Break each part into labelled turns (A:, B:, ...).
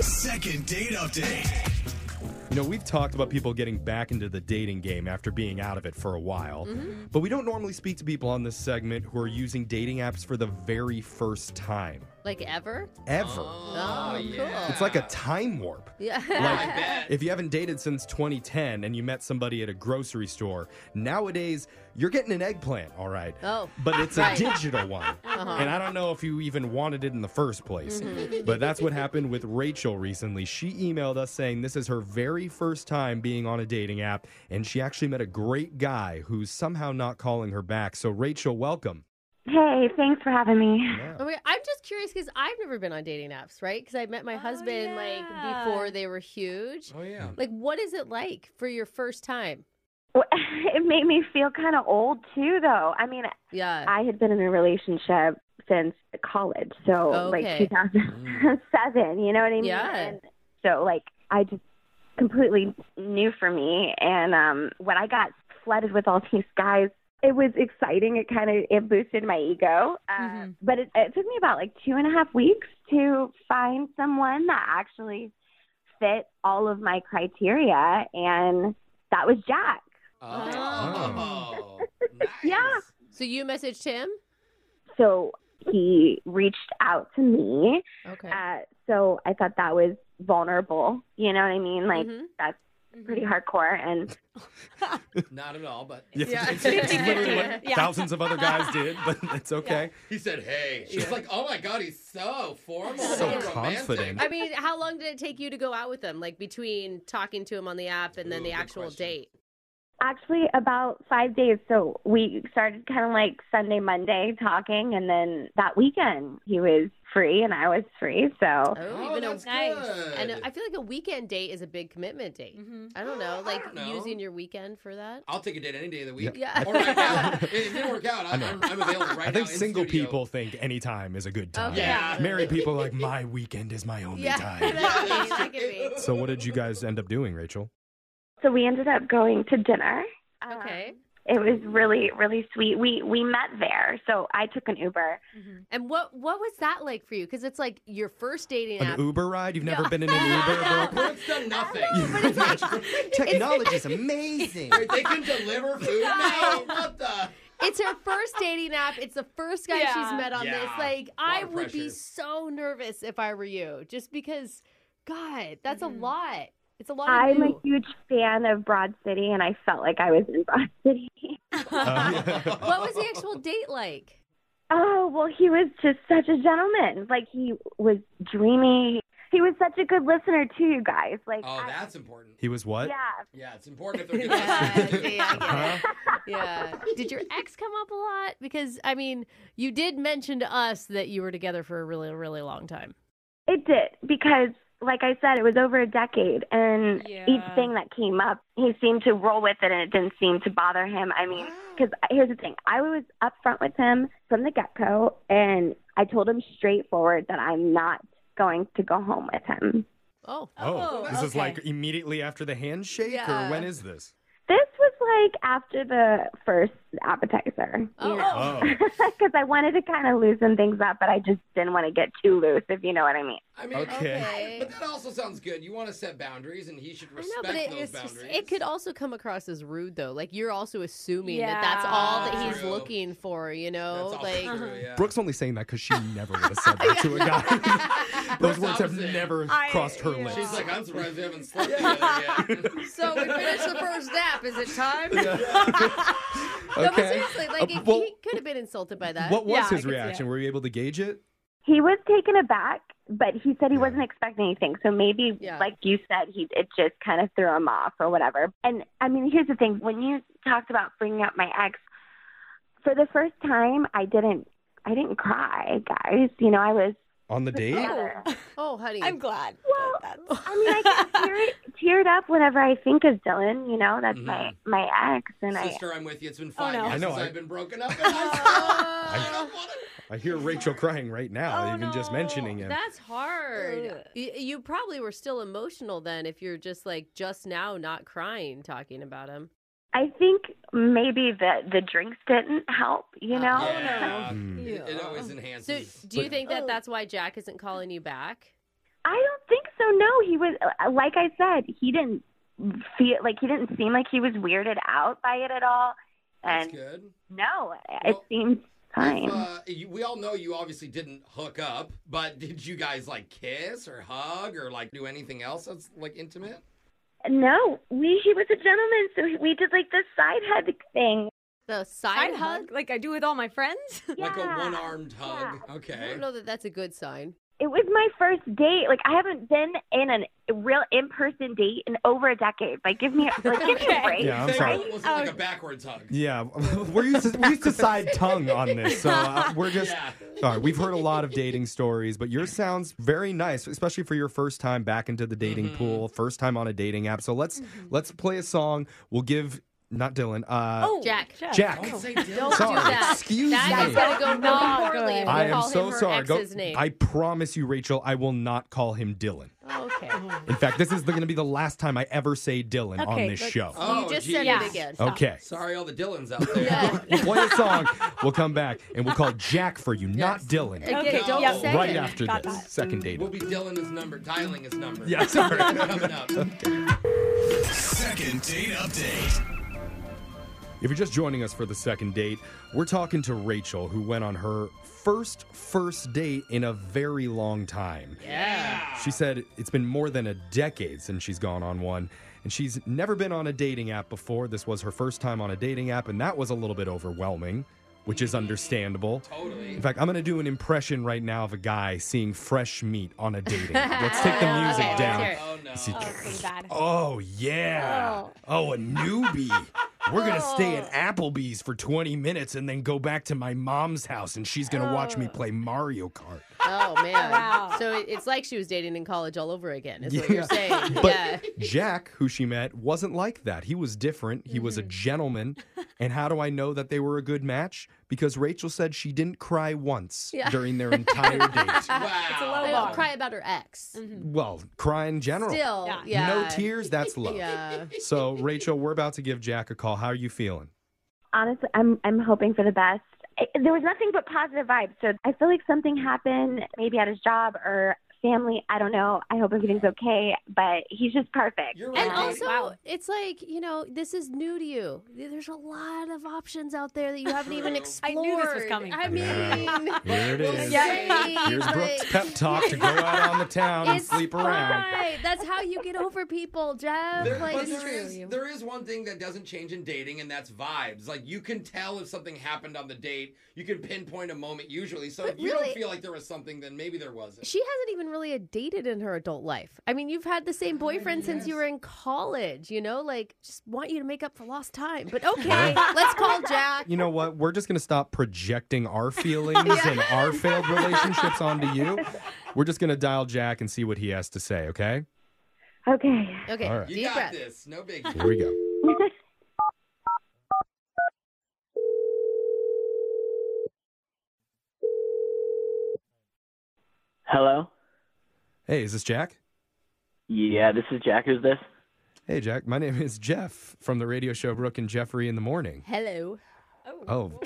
A: Second date update.
B: You know, we've talked about people getting back into the dating game after being out of it for a while,
C: Mm-hmm.
B: but we don't normally speak to people on this segment who are using dating apps for the very first time
C: Like ever?
B: ever.
C: Oh,
D: Um,
C: cool.
B: It's like a time warp.
C: Yeah.
B: Like, if you haven't dated since 2010 and you met somebody at a grocery store, nowadays you're getting an eggplant, all right.
C: Oh,
B: But it's
C: right. Uh-huh.
B: a digital one. And I don't know if you even wanted it in the first place.
C: Mm-hmm.
B: But that's what happened with Rachel recently. She emailed us saying this is her very first time being on a dating app, and she actually met a great guy who's somehow not calling her back. So, Rachel, welcome.
E: Hey, thanks for having me.
C: Oh my- I'm just curious because I've never been on dating apps, right? Because I met my husband like before they were huge.
D: Oh yeah.
C: Like, what is it like for your first time?
E: Well, It made me feel kind of old too, though. I mean,
C: Yeah.
E: I had been in a relationship since college, so like
C: Okay.
E: 2007. You know what I mean?
C: Yeah.
E: And so like I just completely new for me, and um, when I got flooded with all these guys, it was exciting. It kind of it boosted my ego, uh,
C: Mhm.
E: but it, it took me about like two and a half weeks to find someone that actually fit all of my criteria, and that was Jack.
D: Uh-huh. Oh. nice.
E: Yeah.
C: so you messaged him?
E: So he reached out to me.
C: Okay.
E: Uh, so I thought that was vulnerable. You know what I mean? Like
C: Mhm.
E: that's pretty hardcore. And
D: Not at all, but
C: Yeah.
B: It's, it's literally what
F: Yeah.
B: thousands of other guys did, but it's okay.
D: he said, "Hey." She's like, "Oh my god, he's so formal,
B: So
D: and romantic."
B: confident.
C: I mean, how long did it take you to go out with them? Like between talking to him on the app and then
D: Ooh,
C: the
D: good
C: actual
D: question.
C: date?
E: actually, about five days. So we started kind of like Sunday, Monday talking, and then that weekend he was free and I was free. So
D: Oh,
C: even
D: that's
C: a,
F: nice.
D: good.
C: and I feel like a weekend date is a big commitment date. I don't know,
D: I
C: like
D: don't know.
C: using your weekend for that.
D: I'll take a date any day of the week.
C: Yeah.
D: Or right now, if it didn't work out, I'm,
B: know.
D: I'm, I'm available right
B: I think
D: now in
B: single
D: studio.
B: people think any time is a good time.
C: Okay.
D: Yeah.
B: Married people are like my weekend is my only
C: Yeah,
B: time.
C: that could be, that could be.
B: So what did you guys end up doing, Rachel?
E: so we ended up going to dinner. Um,
C: Okay.
E: It was really, really sweet. We we met there. So I took an Uber.
C: And what what was that like for you? Because it's like your first dating
B: An
C: app.
B: Uber ride? You've never been in an Uber? bro?
D: Brent's done nothing.
B: Technology's amazing.
D: Wait, they can deliver food now. What the?
C: It's her first dating app. It's the first guy
F: Yeah.
C: she's met on this.
D: Yeah.
C: Like
D: A lot
C: I
D: of
C: would be
D: pressure.
C: so nervous if I were you, just because. God, that's a lot. It's a lot. Of
E: I'm a
C: you.
E: huge fan of Broad City, and I felt like I was in Broad City.
B: Uh,
C: What was the actual date like?
E: Oh, well, he was just such a gentleman. Like, he was dreamy. He was such a good listener, too, you guys. Like,
D: Oh,
E: I-
D: that's important.
B: he was what?
E: yeah.
D: Yeah, it's important if they're gonna
C: Yeah,
D: listen.
C: see, I get it. yeah. Uh-huh. Did your ex come up a lot? Because I mean, you did mention to us that you were together for a really, really long time.
E: It did, because, like I said, it was over a decade, and
F: Yeah.
E: each thing that came up, he seemed to roll with it, and it didn't seem to bother him. I mean, because here's the thing I was upfront with him from the get go, and I told him straightforward that I'm not going to go home with him.
C: Oh,
B: Oh,
F: Oh,
B: this is
F: okay.
B: like immediately after the handshake,
C: Yeah.
B: or when is this?
E: This was like after the first appetizer.
C: oh,
B: Oh,
E: because I wanted to kind of loosen things up, but I just didn't want to get too loose, if you know what I mean.
D: I mean,
B: Oh, Okay.
D: but that also sounds good. You want to set boundaries, and he should
C: I
D: respect
C: know, but it,
D: those
C: it's just,
D: boundaries.
C: it could also come across as rude, though. Like you're also assuming that that's
F: Yeah.
C: all that he's
D: True.
C: looking for, you know?
D: That's also
C: like,
D: true, yeah.
B: Brooke's only saying that because she never would have said that to a guy. Those words
D: Brooke's
B: have
D: opposite.
B: never
F: I-
B: crossed her
F: yeah.
B: lips.
D: She's like, I'm surprised we haven't slept together yet.
C: so we finished the first nap. Is it time? No, but
B: okay.
C: seriously, like
B: Uh,
C: he-
B: well,
C: he could have been insulted by that.
B: What was
F: Yeah, I
B: his
F: can see that.
B: reaction? Were you able to gauge it?
E: He was taken aback, but he said he wasn't expecting anything. So maybe,
C: Yeah.
E: like you said, he it just kind of threw him off or whatever. And I mean, here's the thing: when you talked about bringing up my ex, for the first time, I didn't, I didn't cry, guys. You know, I was.
B: On the date?
E: together.
C: Oh, honey.
F: I'm glad.
E: Well,
F: that
E: I mean, I get tear, teared up whenever I think of Dylan. You know, that's my my ex, and I
D: Sister, I'm with you. It's
C: Oh,
D: been five
F: no.
D: years
B: I know,
D: since
B: I-
D: I've been broken up. And I'm so- I
B: I,
D: don't want to
B: I hear Rachel crying right now, even just Oh, mentioning him.
C: Oh, That's hard.
F: Ugh.
C: You, you probably were still emotional then if you're just like just now not crying talking about him.
E: I think maybe the the drinks didn't help, you know.
D: Yeah.
B: Mm.
D: It, it always
C: So
D: enhances.
C: do you
B: But-
C: think that
F: Oh.
C: that's why Jack isn't calling you back?
E: I don't think so no, he was like I said, he didn't feel like he didn't seem like he was weirded out by it at all.
D: That's
E: And
D: good.
E: no, it
D: Well,
E: seemed fine.
D: If, uh, you, we all know you obviously didn't hook up, but did you guys like kiss or hug or like do anything else that's like intimate? uh,
E: no, we he was a gentleman, so he- we did like the side hug thing.
C: The
A: Side hug, like I do with all my friends.
D: Like a
E: Yeah.
D: one-armed hug.
C: I
D: Okay.
C: don't know that that's a good sign.
E: It was my first date. Like I haven't been in a real in person date in over a decade. Like give me like give me a
A: Okay.
E: break.
B: Yeah, I'm
D: Thank
B: sorry.
D: God It wasn't like
A: Oh.
D: a backwards hug.
B: Yeah, we're used to, we're used to side tongue on this, so uh, we're just
D: Yeah.
B: sorry. We've heard a lot of dating stories, but yours sounds very nice, especially for your first time back into the dating
C: Mm-hmm.
B: pool, first time on a dating app. So let's let's play a song. We'll give not Dylan, uh,
C: Jack.
B: Jack.
D: Don't say Dylan.
C: Oh, Don't
B: Sorry,
C: do that.
B: excuse
C: That's
B: me.
C: gonna go really
A: Not
C: poorly if
A: good.
C: we
B: I am
C: call
B: so
C: him her
B: sorry. Go-
C: ex's name.
B: I promise you, Rachel, I will not call him Dylan.
C: okay.
B: In fact, this is going to be the last time I ever say Dylan on
A: Okay,
B: this
A: but-
B: show.
D: Oh,
C: you just
D: geez.
C: said
A: Yeah.
C: it again. Stop.
B: okay.
D: Sorry, all the Dylans out there.
C: Yeah.
B: We'll play a song. We'll come back and we'll call Jack for you, not Dylan.
C: Again,
A: Okay,
C: don't
A: yeah.
C: say
B: Right
C: it.
B: after
A: Got
B: this
A: that.
B: second
D: We'll
B: date.
D: be dialing his number, dialing his number.
B: Yeah, sorry.
D: Coming up.
F: Second date update.
B: If you're just joining us for the second date, we're talking to Rachel, who went on her first first date in a very long time.
D: Yeah.
B: She said it's been more than a decade since she's gone on one, and she's never been on a dating app before. This was her first time on a dating app, and that was a little bit overwhelming, which is understandable.
D: Totally.
B: In fact, I'm going to do an impression right now of a guy seeing fresh meat on a dating. app. Let's take the music
A: Okay,
B: down.
A: let's
D: Oh no.
B: See-
A: Oh, it's pretty bad.
B: Oh yeah. Oh, a newbie. We're gonna stay at
C: Oh.
B: Applebee's for 20 minutes and then go back to my mom's house and she's gonna watch me play Mario Kart.
C: Oh man.
A: Wow.
C: So it, it's like she was dating in college all over again. Is what
B: Yeah.
C: you're saying?
B: But
C: yeah.
B: Jack, who she met, wasn't like that. He was different. He
C: Mm-hmm.
B: was a gentleman. And how do I know that they were a good match? Because Rachel said she didn't cry once
C: Yeah.
B: during their entire date.
D: wow.
A: It's a low
C: I
A: bar.
C: don't cry about her ex.
B: Well, cry in general.
C: Still.
A: Mm-hmm.
C: Yeah.
A: Yeah.
B: No tears, that's love.
C: Yeah.
B: So, Rachel, we're about to give Jack a call. How are you feeling?
E: honestly, I'm I'm hoping for the best. I, there was nothing but positive vibes, so I feel like something happened, maybe at his job or family. I don't know. I hope everything's okay, but he's just perfect.
D: You're
C: And
D: right.
C: also,
A: Wow.
C: it's like, you know, this is new to you. There's a lot of options out there that you haven't even
D: True.
A: I
C: explored.
A: knew this was coming.
C: I mean,
B: Yeah. Here it
C: we'll
B: is.
C: see,
B: Here's
C: but
B: Brooke's pep talk to go out on the town and
C: It's
B: sleep around.
C: fine. That's how you get over people, Jeff.
D: There,
C: like,
D: but there
A: true.
D: is, there is one thing that doesn't change in dating, and that's vibes. Like you can tell if something happened on the date. You can pinpoint a moment usually. So if you don't
C: really-
D: feel like there was something, then maybe there wasn't.
C: she hasn't even really dated in her adult life. I mean, you've had the
D: Ah,
C: same boyfriend since you were in college, you know? Like, just want you to make up for lost time. But okay, let's call Jack.
B: You know what? We're just going to stop projecting our feelings and our failed relationships onto you. We're just going to dial Jack and see what he has to say, okay?
E: Okay.
C: Okay,
B: All right.
D: You
C: deep
D: got
C: breath.
D: this. No big.
B: Here we go.
G: Hello?
B: Hey, is this Jack?
G: Yeah, this is Jack. Who's this?
B: Hey, Jack. My name is Jeff from the radio show Brooke and Jeffrey in the Morning.
C: Hello.
B: Oh,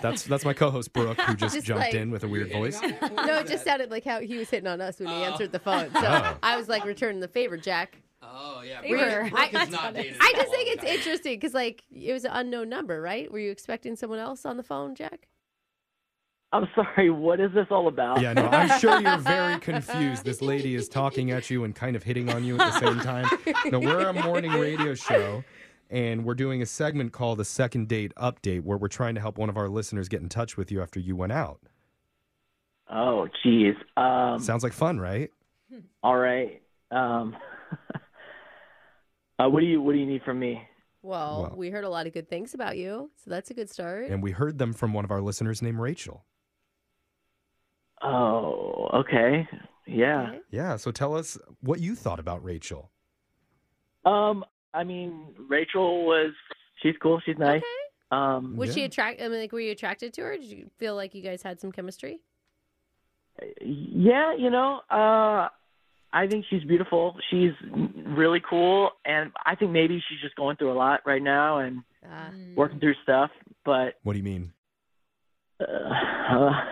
B: that's that's my co-host Brooke, who just,
C: Just
B: jumped
C: like-
B: in with a weird voice.
C: No, it just sounded like how he was hitting on us when he
D: Oh.
C: answered the phone. So
B: Oh.
C: I was like returning the favor, Jack.
D: Oh yeah.
A: Favor.
D: Brooke, Brooke
A: I-
D: has
A: that's
D: not
A: funny.
D: dated
C: I
D: in a
C: just think
D: long
C: it's
D: time.
C: interesting because like it was an unknown number, right? Were you expecting someone else on the phone, Jack?
G: I'm sorry, what is this all about?
B: Yeah, no, I'm sure you're very confused. This lady is talking at you and kind of hitting on you at the same time. No, we're a morning radio show, and we're doing a segment called the Second Date Update, where we're trying to help one of our listeners get in touch with you after you went out.
G: Oh, jeez. Um,
B: Sounds like fun, right?
G: all right. Um, uh, what do you What do you need from me?
C: Well,
B: Well.
C: we heard a lot of good things about you, so that's a good start.
B: And we heard them from one of our listeners named Rachel.
G: Oh, okay. Yeah.
C: Okay.
B: Yeah, so tell us what you thought about Rachel.
G: Um, I mean, Rachel was. She's cool. She's nice.
C: Okay.
G: Um,
C: Was she
B: Mm, Yeah.
C: attract? I mean, like, were you attracted to her? Did you feel like you guys had some chemistry?
G: yeah, you know. Uh, I think she's beautiful. She's really cool, and I think maybe she's just going through a lot right now and
C: Uh,
A: Mm.
G: working through stuff. But
B: What do you mean?
G: uh,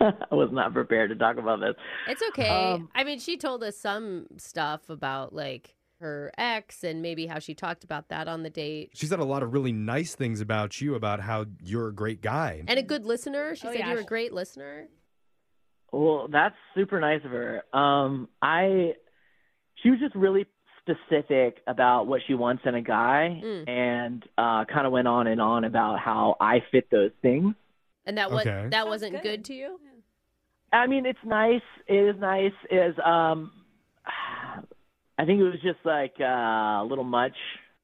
G: I was not prepared to talk about this.
C: It's okay.
G: Um,
C: I mean, she told us some stuff about like her ex and maybe how she talked about that on the date.
B: She said a lot of really nice things about you, about how you're a great guy.
C: And a good listener. She
A: Oh,
C: said
A: yeah.
C: you're a great listener.
G: Well, that's super nice of her. Um, I she was just really specific about what she wants in a guy,
C: Mm.
G: and uh, kind of went on and on about how I fit those things.
C: And that was
B: Okay.
C: that wasn't
A: good.
C: good. to you.
G: I mean, it's nice. It is nice. Is um, I think it was just like uh, a little much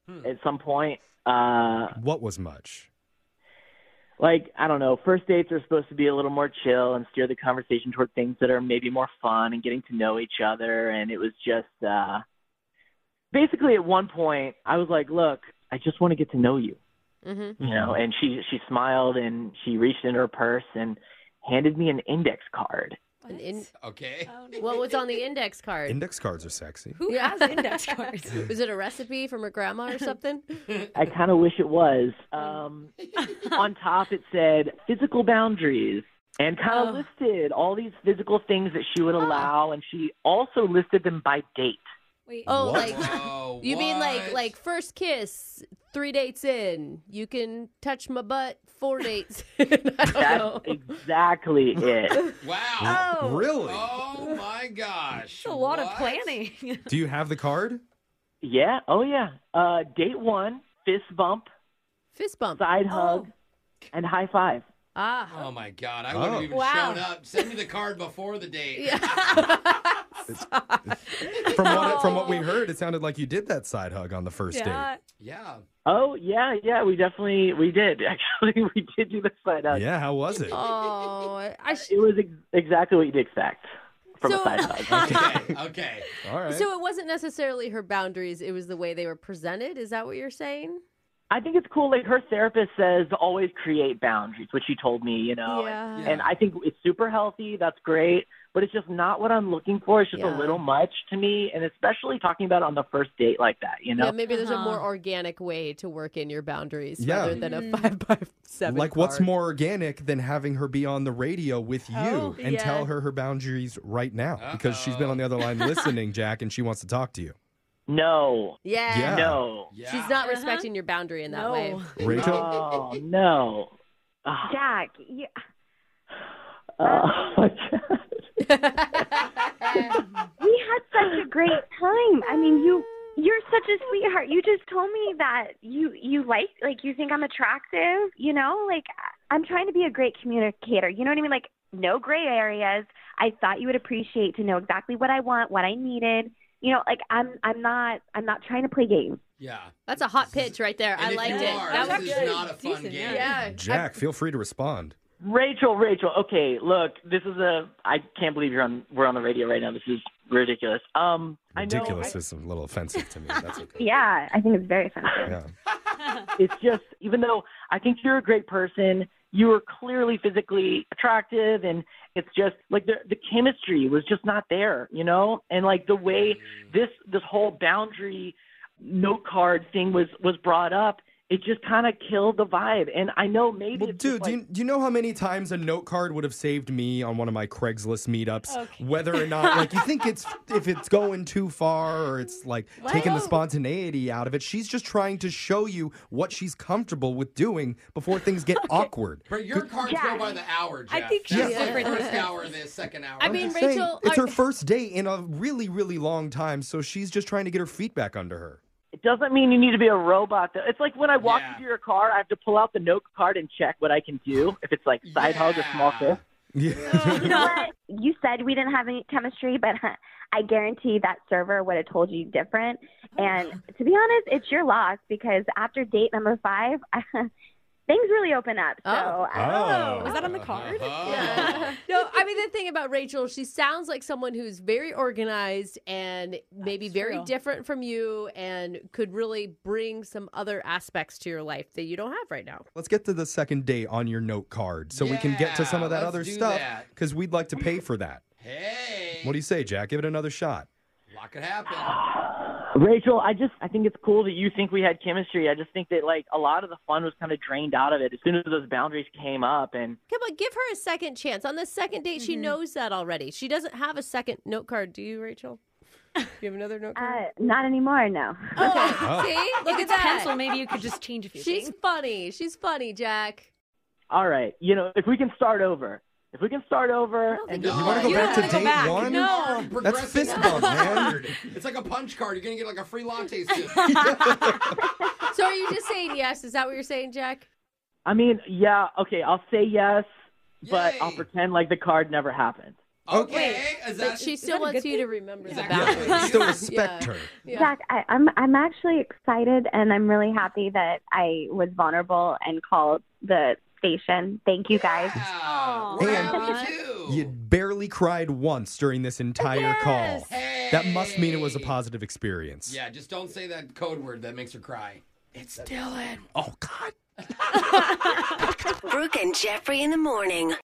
D: Hmm.
G: at some point. Uh,
B: What was much?
G: like I don't know, first dates are supposed to be a little more chill and steer the conversation toward things that are maybe more fun and getting to know each other and it was just uh basically at one point I was like, "Look, I just want to get to know you."
C: hmm
G: You know, and she she smiled and she reached into her purse and handed me an index card.
C: An in-
D: Okay.
A: Oh, no.
C: what was on the index card?
B: Index cards are sexy.
A: Who
C: Yeah.
A: has index cards?
C: was it a recipe from her grandma or something?
G: I kind of wish it was. Um on top it said physical boundaries and kind
A: Oh.
G: of listed all these physical things that she would allow and she also listed them by date.
A: Wait.
C: Oh,
B: What?
C: like
D: Whoa,
C: you mean like
D: what?
C: like first kiss, three dates in. You can touch my butt, four dates. in. I don't know.
G: That's exactly it.
D: wow.
A: Oh.
B: Really?
D: Oh my gosh.
A: That's a lot of
D: What?
A: planning.
B: Do you have the card?
G: yeah. Oh yeah. Uh, date one: fist bump,
C: Fist bump.
G: side hug, and high five.
C: Ah.
D: Oh my god, I would
B: Oh.
D: have even
A: Wow.
D: shown up. Send me the card before the date.
B: From what from what we heard, it sounded like you did that side hug on the first
A: yeah.
D: Yeah.
G: Oh yeah, yeah. We definitely we did actually. We did do the side hug.
B: date. Yeah, how was it?
C: Oh, I- I sh-
G: It was ex- exactly what you'd expect from
C: So-
G: a side hug.
D: Okay. Okay.
B: All right.
C: so it wasn't necessarily her boundaries; it was the way they were presented. Is that what you're saying?
G: I think it's cool. Like her therapist says, always create boundaries, which she told me. You know.
C: yeah.
G: And I think it's super healthy. That's great. But it's just not what I'm looking for. It's just
C: Yeah.
G: a little much to me. And especially talking about it on the first date like that, you know?
C: Yeah, maybe there's a
A: Uh-huh.
C: more organic way to work in your boundaries
B: Yeah.
C: rather than
G: Mm.
C: a five by seven.
B: like what's
C: card.
B: more organic than having her be on the radio with you
A: Oh,
B: and
A: yeah.
B: tell her her boundaries right now because she's been on the other line listening jack and she wants to talk to you
G: No.
C: Yeah.
B: Yeah.
G: No.
D: Yeah.
C: She's not
A: Uh-huh.
C: respecting your boundary in that
A: No.
C: way.
B: rachel
G: Oh, no. Ah,
E: Jack, you,
G: oh, my God.
E: we had such a great time. I mean, you you're such a sweetheart. You just told me that you you like like you think I'm attractive. You know, like I'm trying to be a great communicator. You know what I mean? Like no gray areas. I thought you would appreciate to know exactly what I want, what I needed. You know, like I'm I'm not I'm not trying to play games.
D: Yeah.
C: That's a hot
D: This is-
C: pitch right there.
D: and
C: I
D: if
C: liked
D: you
C: it.
D: Are,
C: that
D: this
C: was
D: is
C: good.
D: not a fun
A: Decent,
D: game.
C: Yeah.
B: jack feel free to respond
G: Rachel, Rachel. Okay, look, this is a. I can't believe you're on. We're on the radio right now. This is ridiculous. Um,
B: ridiculous
G: I know,
B: is a little offensive to me that's okay
E: Yeah, I think it's very fun.
B: yeah
G: I- it's just even though I think you're a great person, you are clearly physically attractive, and it's just like the the chemistry was just not there, you know, and like the way
B: Mm.
G: this this whole boundary note card thing was was brought up. It just kind of killed the vibe, and I know maybe.
B: well,
G: it's
B: dude,
G: just
B: do, you,
G: like-
B: do you know how many times a note card would have saved me on one of my Craigslist meetups? Whether or not, like, you think it's if it's going too far or it's like taking the spontaneity out of it. She's just trying to show you what she's comfortable with doing before things get awkward.
D: But your cards go
E: Jack.
D: by the hour, Jeff.
A: I think
D: That's
A: she's
D: the
A: different than
D: first
A: us.
D: hour, the second hour.
C: I mean,
B: Just saying,
C: Rachel,
B: it's
C: are-
B: her first date in a really, really long time, so she's just trying to get her feet back under her.
G: It doesn't mean you need to be a robot, though. It's like when I walk
D: Yeah.
G: into your car, I have to pull out the note card and check what I can do. If it's like side hug or small
D: Yeah.
G: fist.
B: Yeah.
E: You know what? You said we didn't have any chemistry, but huh, I guarantee that server would have told you different.
C: Oh.
E: And to be honest, it's your loss because after date number five, things really open up. So uh,
C: Oh.
E: I don't
B: Oh.
A: Was that on the card?
D: Uh-huh.
C: no, I mean the thing about Rachel, she sounds like someone who's very organized and maybe
A: That's
C: very
A: true.
C: different from you and could really bring some other aspects to your life that you don't have right now.
B: Let's get to the second date on your note card so we can get to some of that
D: Yeah,
B: other
D: let's do
B: stuff
D: that.
B: because we'd like to pay for that.
D: Hey.
B: What do you say, Jack? Give it another shot.
D: Lot could happen.
G: Rachel, I just I think it's cool that you think we had chemistry. I just think that like a lot of the fun was kind of drained out of it as soon as those boundaries came up and
C: Come on, give her a second chance. On the second date, she knows that already. She doesn't have a second note card, do you, Rachel? Do you have another note card?
E: Uh, not anymore, no.
C: Oh,
B: Oh.
C: see? Look at
A: it's a pencil.
C: that.
A: Maybe you could just change a few
C: She's
A: things.
C: funny. She's funny, Jack.
G: all right, you know, if we can start over. If we can start over
C: don't
G: and
C: think
G: just
C: you
B: You want to
C: You
B: go back to
A: wanna
B: date
A: go back.
B: one?
A: No.
B: That's
D: Progressing
B: fist
D: up
B: bump,
D: the
B: man.
D: card. It's like a punch card. You're gonna get like a free latte soon.
C: So are you just saying yes? Is that what you're saying, Jack?
G: I mean, yeah, okay, I'll say yes, but
D: Yay.
G: I'll pretend like the card never happened.
D: Okay,
C: But
D: is that
C: she
A: that
C: still
A: a
C: wants
A: good
C: you to remember the
D: Exactly.
C: boundaries.
B: Yeah, still respect
C: Yeah.
B: her.
C: Yeah.
E: Zach, I, I'm I'm actually excited, and I'm really happy that I was vulnerable and called the station. Thank you guys.
D: Yeah.
A: Aw.
D: We're
B: And
D: happy too.
B: You barely cried once during this entire call. That must mean it was a positive experience.
D: Yeah, just don't say that code word that makes her cry. It's Dylan.
B: Oh, God.
F: Brooke and Jeffrey in the morning.